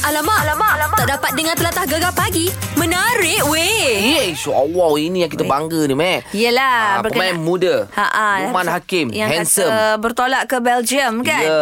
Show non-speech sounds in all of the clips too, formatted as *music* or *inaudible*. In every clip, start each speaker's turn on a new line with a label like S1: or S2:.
S1: Alamak, alamak, alamak. Tak dapat dengar telatah gegar pagi. Menarik weh.
S2: Eh, insyaAllah ini yang kita bangga ni, Mek.
S1: Yelah,
S2: Ah, pemain
S1: berkenaan-
S2: muda.
S1: Ha-ha,
S2: Luqman
S1: yang-
S2: Hakim.
S1: Ha, yang
S2: handsome.
S1: Kata bertolak ke Belgium kan?
S2: Ya.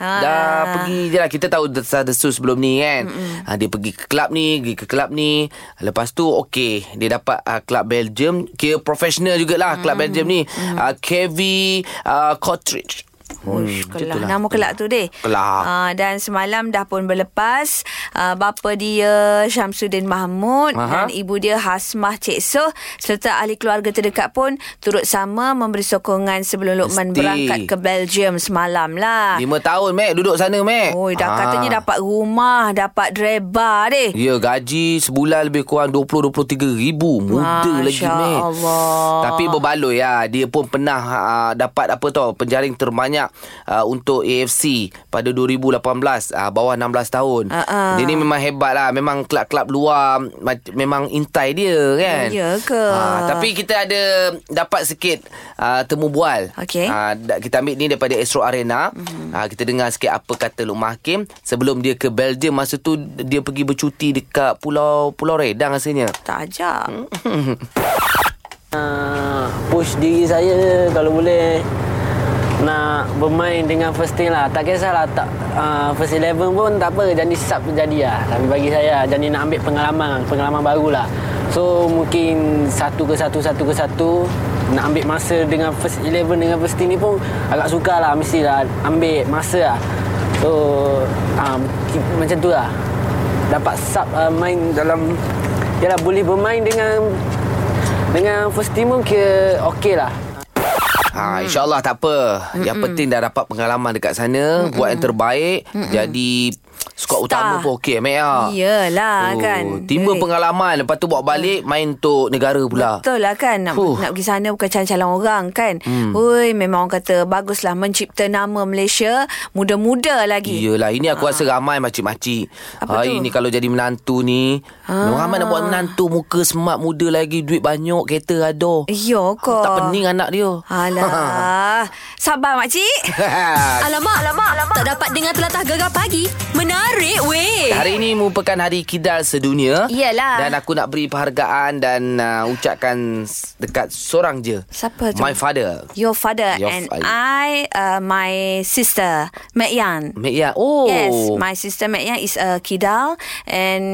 S1: Ha.
S2: Dah pergi je lah Kita tahu Desa Desu sebelum ni kan ha, Dia pergi ke klub ni Pergi ke klub ni Lepas tu okey Dia dapat uh, klub Belgium Kira profesional jugalah Klub Belgium ni uh, Kevin uh, Cotridge
S1: Uish,
S2: Hmm,
S1: kelak.
S2: macam itulah.
S1: Nama kelak tu deh.
S2: Kelak.
S1: Ah, dan semalam dah pun berlepas. Ah, bapa dia Syamsuddin Mahmud
S2: Aha.
S1: dan ibu dia Hasmah Cik Soh serta ahli keluarga terdekat pun turut sama memberi sokongan sebelum Lokman
S2: Mesti.
S1: berangkat ke Belgium semalam lah.
S2: Lima tahun Mac Duduk sana Mac
S1: Oi, dah
S2: Ah.
S1: katanya dapat rumah, dapat dreba deh.
S2: Ya gaji sebulan lebih kurang 20-23 ribu Muda
S1: Masya
S2: lagi meh
S1: Allah.
S2: Tapi berbaloi lah Dia pun pernah uh, dapat apa tau Penjaring terbanyak uh, untuk AFC Pada 2018 uh, Bawah 16 tahun
S1: Ah, ah.
S2: Dia ni memang hebat lah Memang klub-klub luar ma- Memang intai dia kan
S1: Ya ke?
S2: Ah, Tapi kita ada dapat sikit uh, temu bual
S1: Okey. Mhm.
S2: Ah, da- Kita ambil ni daripada Astro Arena mm-hmm. Kita dengar sikit apa kata Lukman Hakim Sebelum dia ke Belgium Masa tu dia pergi bercuti dekat Pulau Pulau Redang rasanya
S1: Tak ajak.
S3: Uh, push diri saya kalau boleh nak bermain dengan first team lah. Tak kisahlah tak uh, first eleven pun tak apa jadi sub tu jadi lah. Tapi bagi saya jadi nak ambil pengalaman, pengalaman baru lah. So mungkin satu ke satu, satu ke satu nak ambil masa dengan first eleven dengan first team ni pun agak sukar lah. Mestilah ambil masa lah. So uh, macam tu lah. Dapat sub uh, main dalam Yalah boleh bermain dengan dengan first team pun kira okey lah.
S2: Ha,
S1: Hmm.
S2: InsyaAllah tak apa Yang penting dah dapat pengalaman dekat sana Mm-mm. Buat yang terbaik Mm-mm. Jadi
S1: Star.
S2: Skor utama pun okey Mek ah.
S1: Iyalah,
S2: Oh,
S1: kan.
S2: Timba
S1: Duit.
S2: pengalaman Lepas tu bawa balik Main untuk negara pula
S1: Betul lah kan Nak,
S2: Fuh.
S1: nak pergi sana bukan calon-calon orang kan hmm. Ui memang orang kata Baguslah mencipta nama Malaysia Muda-muda lagi
S2: Iyalah lah, Ini aku rasa ramai makcik-makcik
S1: Ya. Ah. Apa tu?
S2: Hari
S1: Ah.
S2: ni kalau jadi menantu ni Memang ramai nak buat menantu Muka smart muda lagi Duit banyak Kereta ada
S1: Ya kau
S2: Oh, Tak pening anak dia *laughs*
S1: Alah Sabar makcik Alamak, alamak, alamak, tak dapat dengar telatah gegar pagi. Menarik weh.
S2: Hari ini merupakan hari kidal sedunia
S1: Iyalah.
S2: Dan aku nak beri penghargaan Dan uh, ucapkan s- Dekat seorang je
S1: Siapa tu?
S2: My father
S1: Your father
S2: Your
S1: and
S2: father.
S1: I, uh, my sister, Mek Yan.
S2: Mek Ya Oh
S1: Yes, my sister Mek Yang is a kidal and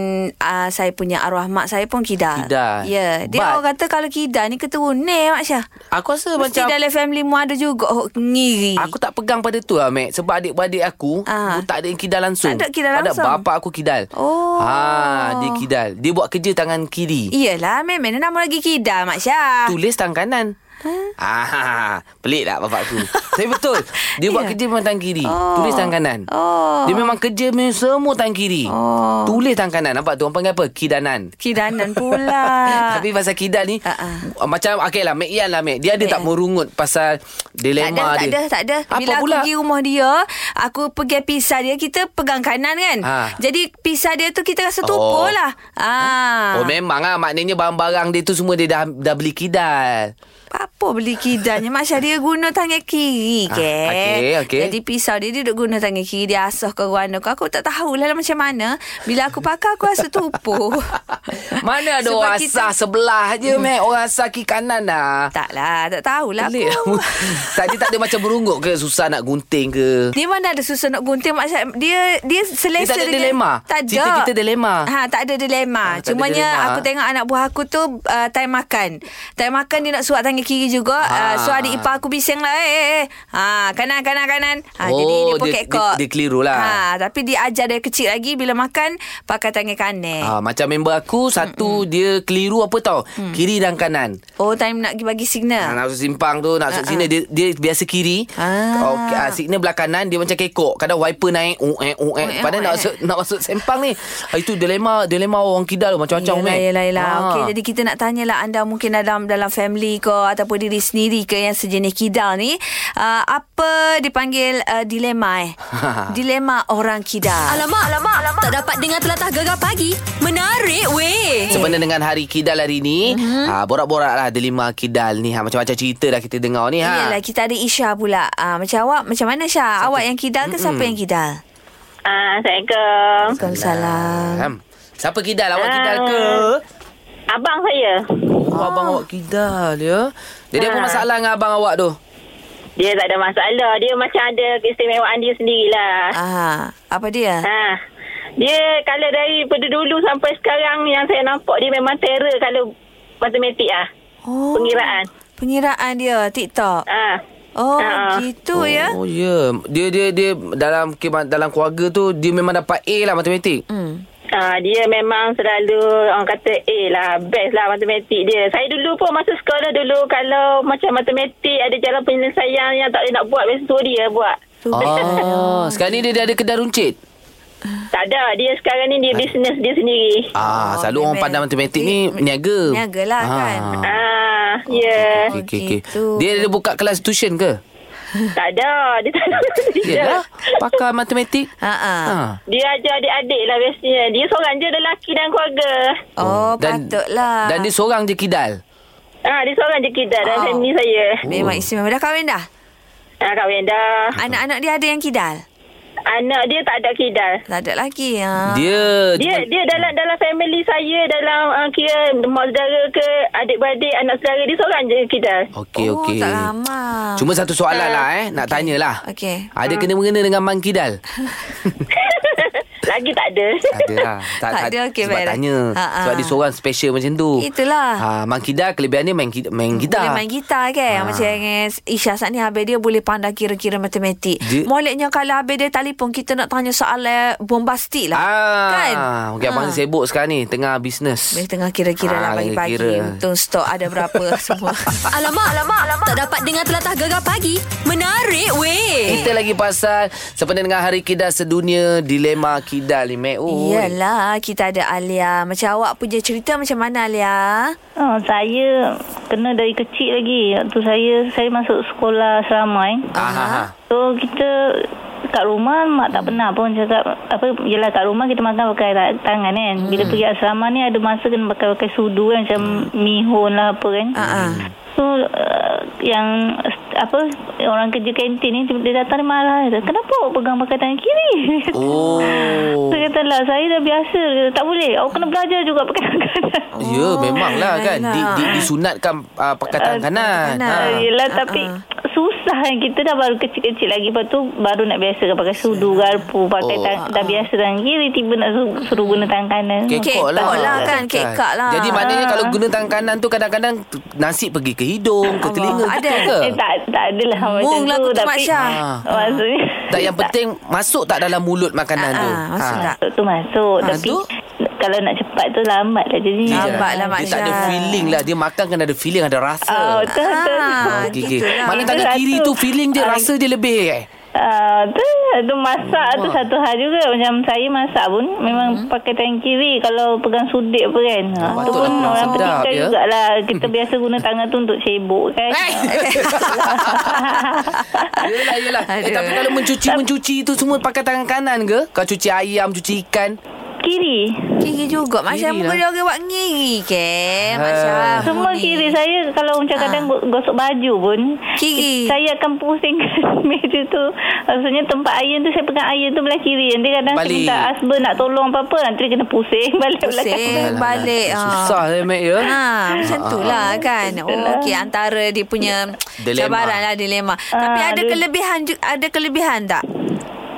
S1: uh, saya punya arwah mak saya pun kidal. Ya,
S2: Kidal.
S1: yeah. dia
S2: But-
S1: orang kata kalau kidal ni keturunan Mak Syah.
S2: Aku rasa
S1: Mesti
S2: macam
S1: dalam family mu ada juga oh, ngiri.
S2: Aku tak pegang pada tu lah Mac Sebab adik-beradik aku
S1: Ah.
S2: uh. Tak ada yang kidal langsung
S1: Tak ada kidal
S2: Padahal
S1: langsung.
S2: bapak aku kidal
S1: Oh.
S2: ha, Dia kidal Dia buat kerja tangan kiri
S1: Iyalah, memang nama lagi kidal Mak Syah.
S2: Tulis tangan kanan
S1: Ha?
S2: Ah, pelik tak bapak aku Tapi betul Dia buat
S1: Ya.
S2: kerja memang tangan kiri
S1: Oh.
S2: Tulis tangan kanan
S1: Oh.
S2: Dia memang kerja memang semua tangan kiri
S1: Oh.
S2: Tulis tangan kanan Nampak tu orang panggil apa? Kidanan *laughs*
S1: Kidanan pula.
S2: Tapi pasal kidal ni
S1: Ah, ah.
S2: uh, Macam Okay lah Mek Yan lah Mek Dia ada
S1: Mek
S2: tak
S1: Yan.
S2: merungut Pasal dilema
S1: tak ada,
S2: dia
S1: Tak ada, tak ada.
S2: Apa
S1: Bila
S2: pula?
S1: aku pergi rumah dia, aku pegang pisah dia, kita pegang kanan kan.
S2: Ha.
S1: Jadi pisah dia tu kita rasa tumpul
S2: Oh.
S1: lah. Ah.
S2: Oh memang lah Maknanya barang-barang dia tu Semua dia dah, dah beli
S1: *laughs*
S2: kidal
S1: Apa beli kidalnya Masya dia guna tangan kiri
S2: Ah,
S1: ke
S2: okey, okey.
S1: Jadi pisau dia Dia duk guna tangan kiri Dia asah ke warna aku Aku tak tahulah lah macam mana Bila aku pakai Aku rasa tupu
S2: *laughs* Mana ada
S1: Sebab
S2: orang
S1: kita-
S2: asah sebelah je Mek Orang asah kiri kanan lah
S1: Tak lah Tak tahulah
S2: Pelik
S1: *laughs*
S2: lah
S1: aku
S2: Tak dia tak ada macam merungut ke Susah nak gunting ke
S1: Dia mana ada susah nak gunting Maksud dia dia selesa
S2: Dia tak ada
S1: dengan,
S2: dilema.
S1: Tak ada.
S2: Cerita kita dilema.
S1: Ha, tak ada dilema.
S2: Ha, tak ada
S1: Cumanya
S2: dilema.
S1: aku tengok anak buah aku tu uh, time makan. Time makan dia nak suat tangan kiri juga. Ha. Uh, so
S2: Ha.
S1: adik ipar aku bising lah. Eh, eh, eh. Ha, kanan kanan kanan. Ha,
S2: Oh,
S1: jadi dia
S2: dia-
S1: pun
S2: dia-
S1: kekok.
S2: dia keliru lah.
S1: Ha, tapi dia ajar dari kecil lagi bila makan pakai tangan kanan.
S2: Ah, macam member aku Satu dia keliru apa tau
S1: Hmm.
S2: Kiri dan kanan
S1: Oh, time nak bagi
S2: Ha,
S1: signal.
S2: nak masuk simpang tu Nak masuk sini dia, dia biasa kiri
S1: Ah.
S2: okay, ah, Signal belah kanan Dia macam kekok Kadang wiper naik uh, eh, uh, eh.
S1: eh,
S2: Padahal
S1: uh,
S2: nak,
S1: eh.
S2: masuk, nak masuk simpang ni ah, Itu dilema Dilema orang kidal tu Macam-macam
S1: Yelah,
S2: Mek.
S1: yelah, yelah.
S2: Ah.
S1: Okey, jadi kita nak tanyalah anda mungkin dalam dalam family ke ataupun diri sendiri ke yang sejenis kidal ni. Uh, apa dipanggil uh,
S2: *laughs*
S1: dilema eh? dilema orang kidal. Alamak, alamak, alamak. Tak dapat dengar telatah gegar pagi. Menarik weh.
S2: Sebenarnya dengan hari kidal hari ni
S1: Mhm.
S2: mm-hmm. ha, Borak-borak lah Delima kidal ni ha, Macam-macam cerita dah kita dengar ni ha.
S1: Ah, Yelah, kita ada Isha pula. Uh, macam awak, macam mana Syah? Awak yang kidal ke siapa yang kidal?
S4: Ah, Assalamualaikum.
S1: Waalaikumsalam.
S2: Faham? Siapa Kidal? Awak
S4: Ah.
S2: Kidal ke?
S4: Abang saya.
S2: Oh,
S1: Ah.
S2: abang awak Kidal ya. Jadi apa
S4: Ah.
S2: masalah dengan abang awak tu?
S4: Dia tak ada masalah. Dia macam ada keistimewaan dia sendirilah.
S1: Ah, apa dia?
S4: Ha. Dia kalau dari pada dulu sampai sekarang yang saya nampak dia memang terror kalau matematik ah.
S1: Oh.
S4: Pengiraan.
S1: Pengiraan dia TikTok.
S4: Ha.
S1: Oh,
S4: Ah.
S1: gitu ya.
S2: Oh ya. Yeah. Dia dia dia dalam kema- dalam keluarga tu dia memang dapat A lah matematik.
S1: Hmm.
S4: Ha, dia memang selalu orang kata A lah, best lah matematik dia. Saya dulu pun masa sekolah dulu kalau macam matematik ada jalan penyelesaian yang tak boleh nak buat, biasa suruh dia buat.
S1: *laughs*
S2: Ah, sekarang ni dia dah ada kedai runcit.
S4: Tak ada. Dia sekarang ni dia bisnes dia sendiri.
S1: Oh,
S2: Ah, selalu orang
S1: memang.
S2: pandang matematik ni
S1: Jadi,
S2: niaga.
S1: niagalah kan.
S4: Ah, ya.
S2: Okey, okey, okey.
S1: Gitu.
S2: Dia ada buka kelas tuition ke?
S4: Tak ada. Dia tak ada.
S2: Yalah, pakar matematik.
S1: Ha Ya. ah.
S2: Ha.
S4: Dia ajar adik-adik lah biasanya. Dia seorang je ada lelaki dan keluarga.
S1: Oh, patutlah.
S2: Dan dia seorang je kidal.
S4: Ah, dia seorang je kita dan
S1: Oh.
S2: Ah.
S4: family saya.
S1: memang istimewa. Dah kahwin dah?
S4: Ah, kahwin dah.
S1: Anak-anak dia ada yang kidal?
S4: Anak dia tak ada kidal.
S1: Tak ada lagi. Ha.
S2: Dia
S4: Dia dia dalam dalam family saya dalam uh, kira mak saudara ke adik-beradik anak saudara dia seorang je kidal. *laughs*
S2: Okey,
S1: oh,
S2: okey.
S1: tak lama.
S2: Cuma satu soalan lah eh Nak tanyalah
S1: Okey. Ah.
S2: Ada kena-mengena dengan Mang Kidal?
S4: Lagi tak ada.
S2: Tak ada
S1: *laughs*
S2: lah
S1: Tak ada, okey,
S2: Sebab
S1: baiklah.
S2: tanya
S1: Ha, ha.
S2: Sebab dia seorang special macam tu
S1: Itulah. Hmm,
S2: ha, Mang Kidal kelebihan dia main, ki- main gitar
S1: Boleh main gitar kan
S2: Ha.
S1: ha. Macam yang Isya saat ni Habis dia boleh pandai kira-kira matematik dia...
S2: Dia-
S1: Moleknya kalau habis dia telefon Kita nak tanya soalan bombastik lah
S2: Ah,
S1: Kan
S2: Okey, abang sibuk sekarang ni Tengah bisnes
S1: Boleh tengah kira-kira lah
S2: Ah,
S1: pagi-pagi
S2: kira-kira.
S1: Untung stok ada
S2: *laughs*
S1: berapa semua
S5: Alamak, alamak, alamak. Tak dapat dengar telatah gegar pagi. Menarik, weh.
S2: Kita lagi pasal Sebenarnya dengan Hari Kidal Sedunia Dilema Kidal ni Mek Oi.
S1: Iyalah kita ada Alia Macam awak punya cerita macam mana Alia?
S6: Oh, saya kena dari kecil lagi. Waktu saya saya masuk sekolah asrama eh.
S2: Ah, ha, ha.
S6: So kita kat rumah mak tak pernah pun cakap apa yalah kat rumah kita makan pakai ta- tangan kan. Bila
S1: Hmm.
S6: pergi asrama ni ada masa kena pakai pakai sudu kan macam mihun lah apa kan.
S1: Ah, ah.
S6: So uh, yang uh, apa orang kerja kantin ni tiba- dia datang dia marah. Dia kata, Kenapa awak pegang pakai tangan kiri? *laughs*
S2: Oh
S6: Saya kata lah saya dah biasa Dia kata, Tak boleh Awak kena belajar juga pakai tangan *laughs* kanan
S2: Ya, yeah, memanglah kan di,
S1: baiklah.
S2: di, disunatkan uh, pakai tangan kanan.
S1: Eh, kanan.
S6: Ah,
S2: Ha.
S6: yelah tapi susah kan kita dah baru kecil-kecil lagi lepas tu baru nak biasa kan pakai sudu garpu pakai
S2: Oh.
S6: oh. tang, dah biasa tangan kiri tiba nak su- suruh guna tangan kanan
S1: Kek
S2: Kekok
S1: kok lah kan, kek kak lah.
S2: Jadi maknanya kalau guna tangan kanan tu kadang-kadang nasi pergi ke hidung, ke telinga
S1: Ada.
S2: betul ke?
S6: eh tak tak adalah macam
S1: Mung lah
S6: tu
S1: kutu
S6: tapi
S1: Mak Syah.
S2: Ah.
S6: maksudnya
S2: Tak yang penting masuk tak dalam mulut makanan
S1: Ah,
S2: tu. Ha.
S1: ah, masuk tak?
S6: masuk *laughs* tu masuk
S2: Ah,
S6: tapi
S2: tu?
S6: kalau nak cepat tu lambat lah jadi
S2: Dia
S1: Lambat
S2: jalan.
S1: lah, Mak
S2: Dia tak ada
S1: Syah.
S2: feeling lah. Dia makan kena ada feeling, ada rasa.
S6: Oh, tu, tu, tu.
S1: Ah,
S2: Okey, okey.
S1: gitulah.
S2: Mana
S6: Itu
S2: tangan
S6: satu.
S2: kiri tu feeling dia,
S6: Ah.
S2: rasa dia lebih eh?
S6: Ah, tu, tu masak tu satu hal juga Macam saya masak pun Memang pakai tangan kiri Kalau pegang sudik apa kan ha, Tu
S2: patutlah
S6: pun
S2: pegang
S6: orang
S2: sedap,
S6: petikkan
S2: ya.
S6: jugalah Kita biasa guna tangan tu untuk sibuk kan
S1: *laughs*
S2: Yelah, yelah. Eh,
S1: Aduh.
S2: tapi kalau mencuci-mencuci tu semua pakai tangan kanan ke? Kau cuci ayam, cuci ikan.
S6: Kiri
S1: Kiri juga Macam
S2: Kiri
S1: muka
S2: lah. Ah.
S1: dia orang buat ngiri ke Macam
S6: Semua
S1: ni.
S6: kiri Saya kalau macam kadang go- gosok baju pun
S1: Kiri.
S6: Saya akan *laughs* pusingkan meja tu Maksudnya tempat iron tu Saya pegang iron tu belah kiri Nanti kadang saya
S2: Balik.
S6: minta husband nak tolong apa-apa Nanti dia kena pusing *laughs* balik belah kanan
S1: Pusing balik ah.
S2: Susah lah, Mek, ya?
S1: Ha, macam tu lah kan. Oh, okey antara dia punya
S2: Ah. Dilema.
S1: cabaran lah dilema. Tapi ada
S6: dia-
S1: kelebihan ju- ada kelebihan tak?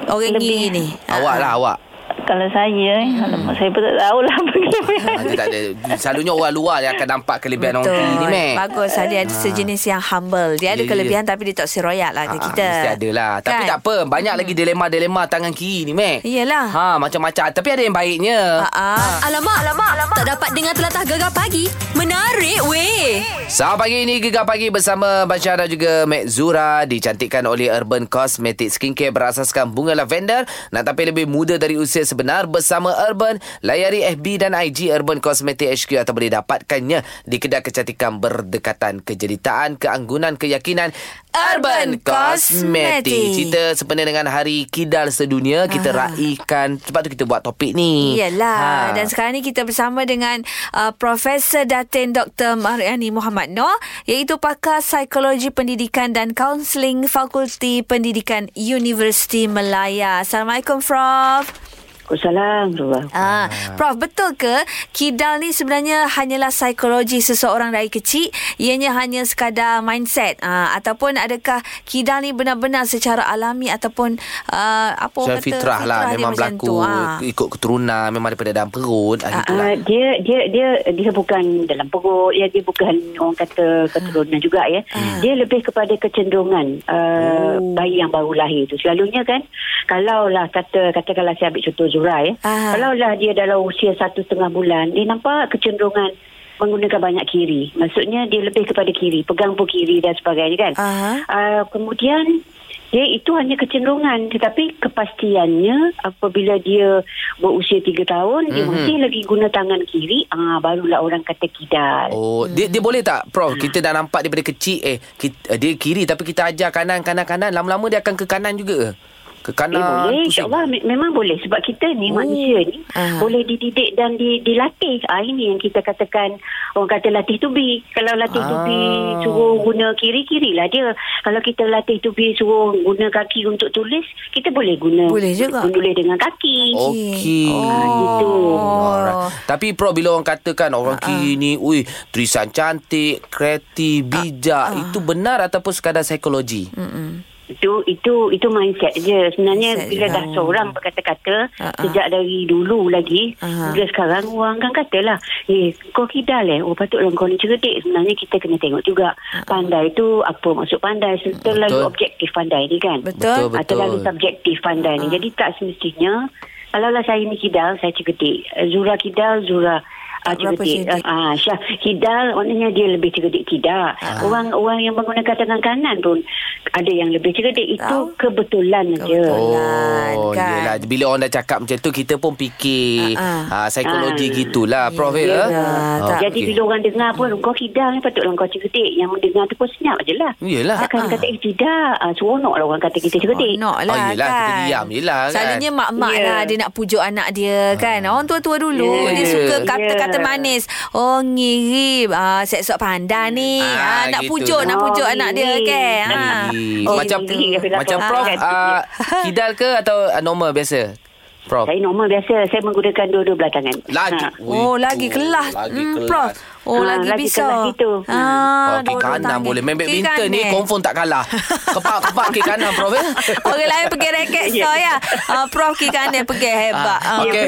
S1: Orang ngiri ni. Ah,
S2: Awak lah, awak.
S6: Kalau saya eh, alamak, Saya pun tak tahulah *laughs* apa kelebihan
S2: Ah, dia tak ada. Selalunya orang luar yang akan nampak kelebihan orang kiri ni, Mek. Ah.
S1: Bagus lah dia ada sejenis yang humble. Dia ada
S2: Ya, ya,
S1: kelebihan tapi dia tak seroyak lah ke
S2: Ah,
S1: kita.
S2: Mesti ada lah Tapi
S1: Kan?
S2: tak apa Banyak lagi dilema-dilema Tangan kiri ni Mac
S1: Yelah.
S2: ha, Macam-macam Tapi ada yang baiknya
S1: Ah,
S5: Alamak, alamak, alamak. Tak dapat dengar telatah gegar pagi. Menarik, weh.
S2: Selamat pagi ini Gegar Pagi bersama Basyara juga Mek Zura Dicantikkan oleh Urban Cosmetic Skincare Berasaskan bunga lavender Nak tampil lebih muda dari usia 19 sebenar bersama Urban. Layari FB dan IG Urban Cosmetic HQ atau boleh dapatkannya di kedai kecantikan berdekatan kejeritaan, keanggunan, keyakinan
S1: Urban
S2: Urban
S1: Cosmetic.
S2: Cosmetic. Cerita sempena dengan Hari Kidal Sedunia, kita raikan. Sebab tu kita buat topik ni.
S1: Yalah ha. Dan sekarang ni kita bersama dengan uh, Profesor Datin Dr. Mariani Muhammad Noor Iaitu pakar psikologi pendidikan dan kaunseling Fakulti Pendidikan Universiti Melaya Assalamualaikum Prof
S6: Assalamualaikum.
S1: Ah, Prof, betul ke kidal ni sebenarnya hanyalah psikologi seseorang dari kecil? Ianya hanya sekadar mindset ah, ataupun adakah kidal ni benar-benar secara alami ataupun uh, apa orang
S2: Secara
S1: kata
S2: fitrah lah
S1: dia
S2: Memang
S1: macam
S2: berlaku
S1: tu, ah.
S2: Ikut keturunan Memang daripada dalam perut ah,
S1: lah.
S2: Itulah
S6: Uh, dia dia dia dia bukan dalam perut ya dia bukan orang kata keturunan juga ya
S1: Ah.
S6: dia lebih kepada kecenderungan uh,
S1: Oh.
S6: bayi yang baru lahir tu selalunya kan kalaulah kata katakanlah saya ambil contoh Zura ya
S1: Ah.
S6: kalaulah dia dalam usia satu setengah bulan dia nampak kecenderungan menggunakan banyak kiri maksudnya dia lebih kepada kiri pegang pun kiri dan sebagainya kan
S1: Aha.
S6: Uh, kemudian dia itu hanya kecenderungan tetapi kepastiannya apabila dia berusia 3 tahun mm-hmm. dia masih lagi guna tangan kiri ah barulah orang kata kidal.
S2: Oh,
S1: Hmm.
S2: dia dia boleh tak Prof? Kita dah nampak daripada kecil eh kita, dia kiri tapi kita ajar kanan kanan kanan lama-lama dia akan ke kanan juga. Ke
S6: Eh,
S2: kanan. pusing.
S6: boleh insyaAllah me- memang boleh sebab kita ni oh. manusia ni
S1: Ah.
S6: boleh dididik dan di, dilatih ah, ini yang kita katakan orang kata latih tubi kalau
S2: Ah.
S6: latih ah. tubi suruh guna kiri kirilah dia kalau kita latih tubi suruh guna kaki untuk tulis kita boleh guna
S1: Boleh juga.
S6: tulis dengan kaki
S2: Okey. Ah,
S1: Oh.
S6: gitu.
S2: Alright. Tapi Prof bila orang katakan
S1: Ah,
S2: orang kiri ni ui tulisan cantik,
S1: Ah,
S2: kreatif, bijak, itu benar ataupun sekadar psikologi?
S6: itu itu itu mindset je sebenarnya
S1: Mindset
S6: mindset bila
S1: je.
S6: dah seorang berkata-kata
S1: Ha-ha.
S6: uh-huh. sejak dari dulu lagi
S1: Ha-ha.
S6: uh-huh. bila sekarang orang kan katalah eh kau kidal eh oh patutlah kau ni cerdik sebenarnya kita kena tengok juga pandai tu apa maksud pandai terlalu
S2: Betul.
S6: objektif pandai ni kan
S1: Betul.
S2: Betul,
S6: Ah, terlalu
S2: betul.
S6: subjektif pandai ni jadi tak semestinya kalaulah saya ni kidal saya cerdik Zura kidal Zura Ah,
S1: Tak berapa
S6: cerdik.
S1: cerdik.
S6: Ah, Syah, kidal maknanya dia lebih cerdik tidak.
S2: Ah.
S6: Orang-orang yang menggunakan tangan kanan pun ada yang lebih
S1: Tahu.
S6: cerdik. Itu kebetulan saja.
S1: Kebetulan. Kebetulan,
S2: Oh,
S1: kan?
S2: yelah. Bila orang dah cakap macam tu, kita pun fikir
S1: Ah,
S2: uh, psikologi
S6: Ah.
S2: gitulah, Prof.
S1: Ya,
S2: Ya.
S1: tak.
S6: Jadi bila orang dengar pun
S2: Hmm.
S6: kau kidal ni patutlah kau cerdik. Yang mendengar tu pun senyap je lah.
S2: Yelah.
S6: Takkan kata eh tidak. Ah, seronok lah orang kata kita cerdik.
S1: Nak lah
S2: Oh, yelah,
S1: kan
S2: kita diam je lah, kan? Ah.
S1: Selalunya mak-mak
S6: Ya.
S1: yeah. lah Dia nak pujuk anak dia kan Orang tua-tua dulu
S2: Ya.
S1: Dia suka kata-kata
S6: Ya.
S1: manis Oh ngiri ah, Seksok pandai ni ah,
S2: Ah,
S1: Nak
S2: gitu.
S1: pujuk Nak
S6: Oh,
S1: pujuk anak dia
S6: ngiri.
S1: kan
S2: Ah.
S1: ah.
S2: Gigi.
S6: Oh,
S2: macam
S6: gigi.
S2: macam
S6: Ah.
S2: prof
S1: *laughs*
S2: uh, kidal ke atau uh, normal biasa? Prof.
S1: Ah,
S6: Saya normal biasa. Saya menggunakan dua-dua belah tangan.
S2: Lagi.
S6: Ha.
S2: Ui,
S1: Oh lagi
S2: tu,
S1: kelas
S2: Lagi
S1: Hmm,
S2: kelas. Hmm.
S1: Prof Oh
S6: Ah,
S1: lagi
S6: lagi
S1: bisa
S6: kelas gitu.
S1: ah,
S2: Okey
S1: dua-dua
S2: kanan
S1: tangan.
S2: boleh. Main
S1: Kiri
S2: badminton ni
S1: kanan.
S2: confirm tak
S1: *laughs*
S2: kalah. Kepak-kepak ke kanan Prof. eh?
S1: Orang lain pergi
S6: *laughs*
S1: raket so ya ah, Prof kiri kanan pergi hebat ah.
S2: Okey.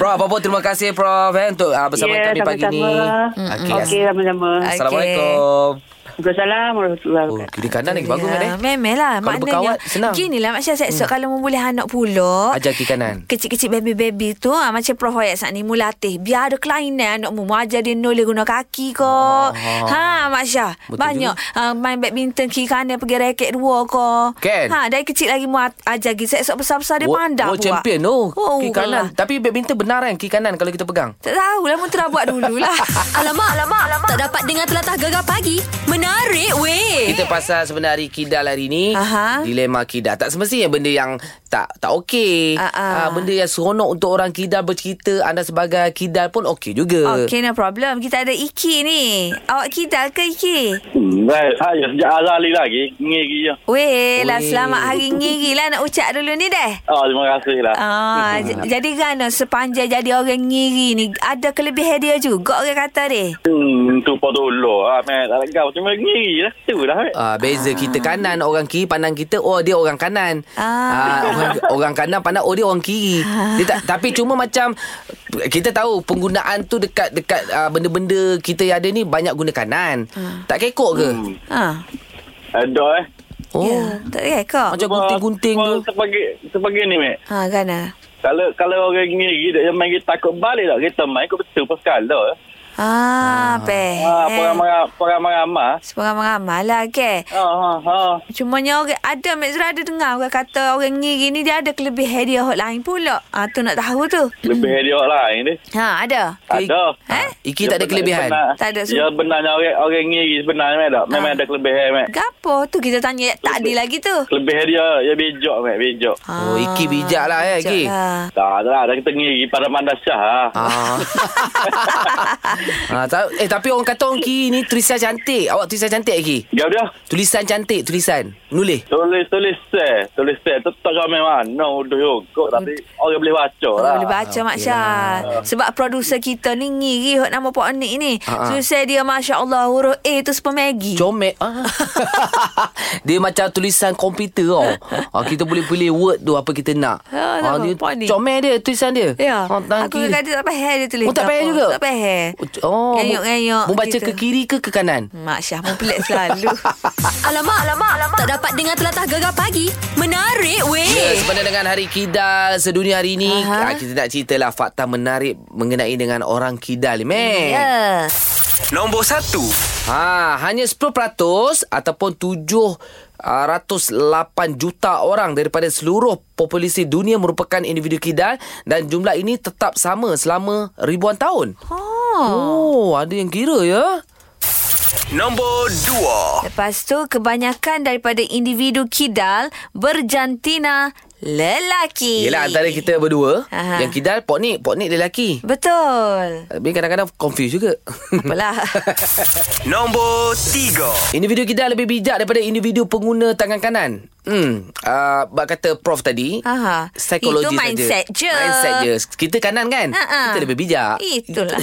S2: Prof, apa terima kasih Prof eh, untuk uh, bersama
S6: Ya,
S2: kami pagi ni. Hmm,
S6: sama-sama. Hmm,
S2: Okey.
S6: Okey, sama-sama.
S1: Okey.
S2: Assalamualaikum.
S6: Assalamualaikum warahmatullahi
S2: Oh,
S6: wabarakatuh.
S2: kiri kanan lagi bagus kan eh?
S1: Memang Ya, lah
S2: Kalau berkawat, senang.
S1: Ginilah Mak Syah Esok hmm. kalau memboleh anak pula
S2: Ajar kiri kanan.
S1: Kecil-kecil baby-baby tu ah, Macam Prof Hoyat saat ni Mu latih Biar ada kelainan anak mu Mu ajar dia nulis guna kaki ko Ha Mak Syah
S2: Ah. Betul
S1: Banyak uh, Main badminton kiri kanan Pergi raket dua ko
S2: Kan?
S1: Ha dari kecil lagi mu at- ajar gigi Esok besar-besar dia pandai
S2: oh,
S1: buat lah.
S2: champion tu. Oh, kiri
S1: kalah.
S2: kanan. Tapi badminton benar kan kiri kanan kalau kita pegang.
S1: Tak tahulah Mu terah buat lah. dululah
S7: *laughs* Alamak, alamak, alamak. Tak dapat dengar telatah gegar pagi. Menarik weh.
S2: Kita pasal sebenarnya hari kidal hari ni
S1: Eh? Aha.
S2: Dilema kidal Tak semestinya benda yang tak tak okey
S1: Ah, ah.
S2: Ah, Benda yang seronok untuk orang kidal bercerita Anda sebagai kidal pun okey juga
S1: Okay no problem Kita ada Iki ni Awak kidal ke Iki?
S8: Hmm, baik. Saya sejak azali lagi, ngiri je.
S1: Weh lah
S2: Weh.
S1: selamat hari ngiri lah nak ucap dulu ni deh.
S8: Oh, terima kasih lah.
S1: Ah, j- jadi kan sepanjang jadi orang ngiri ni ada kelebihan dia juga orang kata deh.
S8: Hmm, tu pun dulu. Ah, meh, tak kau macam mana ngiri lah. Tu lah. meh.
S2: Ah, beza kita kanan orang kiri pandang kita oh dia orang kanan.
S1: Ah.
S2: orang, orang kanan pandang oh dia orang kiri. Dia tak, tapi cuma macam kita tahu penggunaan tu dekat dekat ah, benda-benda kita yang ada ni banyak guna kanan.
S1: Hmm.
S2: Tak kekok ke?
S1: Ha.
S8: Ada eh.
S2: Oh.
S1: Ya, tak ya kau.
S2: Macam gunting-gunting tu.
S8: Sebagai, sebagai ni, meh.
S1: Ha kan.
S8: Kalau kalau orang ngiri, dia main kita takut balik lah. Kita main ikut betul pun sekala.
S1: Ah,
S2: Eh,
S1: peh.
S8: Ha, peramai peramai.
S1: Seorang-orang lah ke.
S8: Ha ha ha.
S1: Cumanya orang ada Mek Zura ada dengar orang kata orang ngiri ni dia ada kelebihan dia hot lain pula. Ah tu nak tahu tu.
S2: Hmm.
S8: Lebih lah dari orang lain ni.
S1: Ha ada.
S8: Ada.
S1: Eh?
S2: Iki tak ada Ah. kelebihan.
S1: Tak ada
S8: Ya
S1: semua.
S8: benarnya orang orang ngiri sebenarnya mek tak. Memang ada kelebihan mek.
S1: Gapo tu kita tanya tak ada lagi tu.
S8: Kelebihan dia ya bijak mek, bijak.
S2: Oh, Iki bijak lah, eh, Iki.
S1: Ah, bijak lah.
S8: Tak ada kita ngiri pada mandasah. ah.
S2: Ah. *laughs* ah, tahu- eh tapi orang kata orang kiri ni tulisan cantik. Awak tulisan cantik lagi.
S8: Gap dia.
S2: Tulisan cantik, tulisan. Nulis.
S8: Tulis tulis sel, tulis sel tetap ramai mana udah yogurt tapi orang boleh baca
S1: Oh,
S8: lah.
S7: Ah,
S1: boleh baca Mak
S7: lah.
S1: Syah Sebab produser kita ni Ngiri hot nama Pak Onik ni
S2: Ha, ha.
S1: Susah dia Masya Allah Huruf A tu sepuluh Maggi
S2: Comek ah. *laughs* Dia macam tulisan komputer
S1: *laughs*
S2: tau ah, Kita boleh pilih word tu Apa kita nak
S1: Ah,
S2: ah,
S1: tak
S2: dia,
S1: apa, ni.
S2: Comek dia tulisan dia
S1: Ya
S2: Ah, tangan
S1: Aku
S2: kiri.
S1: kadang tak payah dia tulis
S2: Oh tak payah
S1: Apa?
S2: juga
S1: Tak payah
S2: Oh
S1: Ngayok-ngayok
S2: Mu baca
S1: gitu.
S2: ke kiri ke ke kanan
S1: Mak Syah pun pelik selalu
S7: *laughs* Alamak, alamak, alamak. Tak dapat dengar telatah gegar pagi. Menarik
S2: Ya,
S7: weh.
S2: sempena dengan Hari Kidal sedunia hari ini,
S1: Eh. Aha.
S2: Aha. kita nak ceritalah fakta menarik mengenai dengan orang Kidal ni, meh.
S1: Ya
S9: Nombor 1.
S2: Ha, hanya 10% ataupun 708 juta orang daripada seluruh populasi dunia merupakan individu kidal dan jumlah ini tetap sama selama ribuan tahun.
S1: Ha.
S2: Oh, ada yang kira ya.
S9: Nombor 2.
S1: Lepas tu kebanyakan daripada individu kidal berjantina lelaki.
S2: Yelah antara kita berdua
S1: Aha.
S2: Yang kidal Pok Nik Pok Nik dia lelaki *laughs*
S1: Betul.
S2: Tapi kadang-kadang confuse juga
S1: Apalah.
S9: Nombor 3.
S2: *laughs* Individu kita lebih bijak daripada individu pengguna tangan kanan. Hmm, uh, bak kata prof tadi.
S1: Aha.
S2: Psikologi
S1: Itu mindset
S2: saja.
S1: je. Ha,
S2: Mindset je. Kita kanan kan?
S1: Ha-ha.
S2: Kita lebih bijak.
S1: Itulah.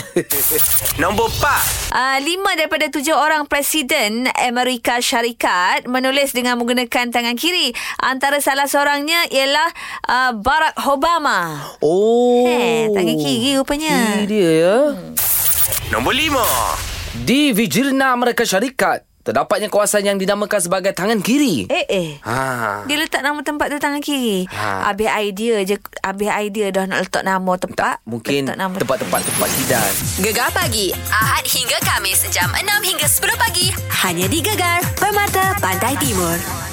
S9: Nombor 4.
S1: Uh, lima daripada tujuh orang presiden Amerika Syarikat menulis dengan menggunakan tangan kiri. Antara salah seorangnya ialah uh, Barack Obama.
S2: Oh.
S1: Eh, tangan kiri rupanya. Hmm.
S2: Kiri dia ya.
S9: Nombor 5.
S2: Di Vijirna Amerika Syarikat, terdapatnya kawasan yang dinamakan sebagai tangan kiri.
S1: Eh, eh.
S2: Ha.
S1: Dia letak nama tempat tu tangan kiri.
S2: Ha.
S1: Habis idea je. Habis idea dah nak letak nama tempat.
S2: Mungkin
S1: letak nama
S2: tempat-tempat tempat kidal.
S7: Gegar pagi. Ahad hingga Kamis. Jam 6 hingga 10 pagi. Hanya di Gegar. Permata Pantai Timur.